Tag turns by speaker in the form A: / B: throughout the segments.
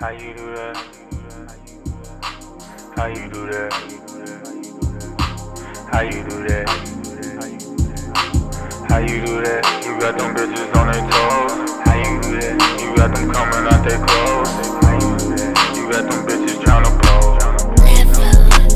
A: How you do that? How you do that? How you do that? How you do that? You got them bitches on their toes. How you do that? You got them coming out their clothes. How you do that? You got them bitches tryna blow. How you do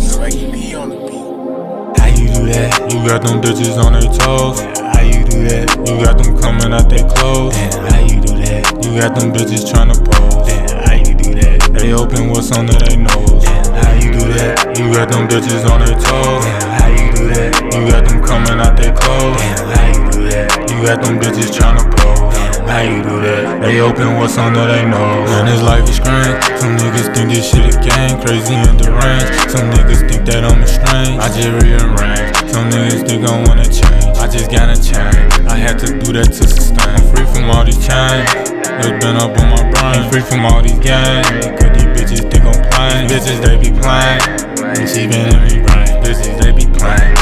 A: that? You got them bitches on their toes. How you do that? You got them coming out their clothes. How you do that? You got them bitches tryna pose. How you do that? They open what's under their nose. How you do that? You got them bitches on their toes. How you do that? You got them coming out their clothes. How you do that? You got them bitches tryna pose. How you do that? They open what's under their nose. Man, this life is strange. Some niggas think this shit a gang, crazy and deranged. Some niggas think that I'm a strange. I just rearrange. Some niggas think I wanna change. I just gotta change. I had to do that to sustain. I'm free from all these chains. It's been up on my brain. free from all these games. Cause these bitches think I'm playing. Bitches, they be playing. And she been in me brain. Bitches, they be playing.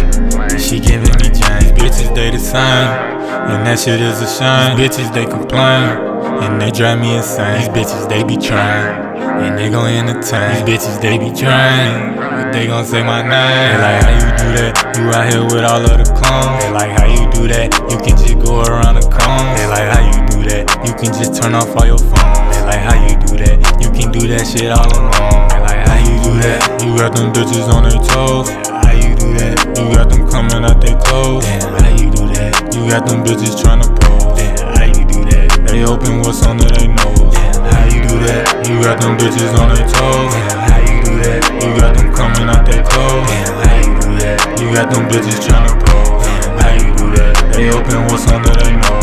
A: She giving me change. Bitches, they the same. And that shit is a shame. These bitches, they complain. And they drive me insane. These bitches, they be trying. And they gon' entertain. These bitches, they be trying. But they gon' say my name. They like, how you do that? You out here with all of the clones. They like, how you do that? You can just go around the cone. They like, how you do that? You can just turn off all your phones. They like, how you do that? You can do that shit all alone. They like, how you do that? You got them bitches on their toes. How you do that? You got them coming out their clothes. How you do that? You got them bitches tryna pose. How you do that? They open what's under their nose. How you do that? You got them bitches on their toes. How you do that? You got them coming out their clothes. How you do that? You got them bitches tryna pose. How you do that? They open what's under their nose.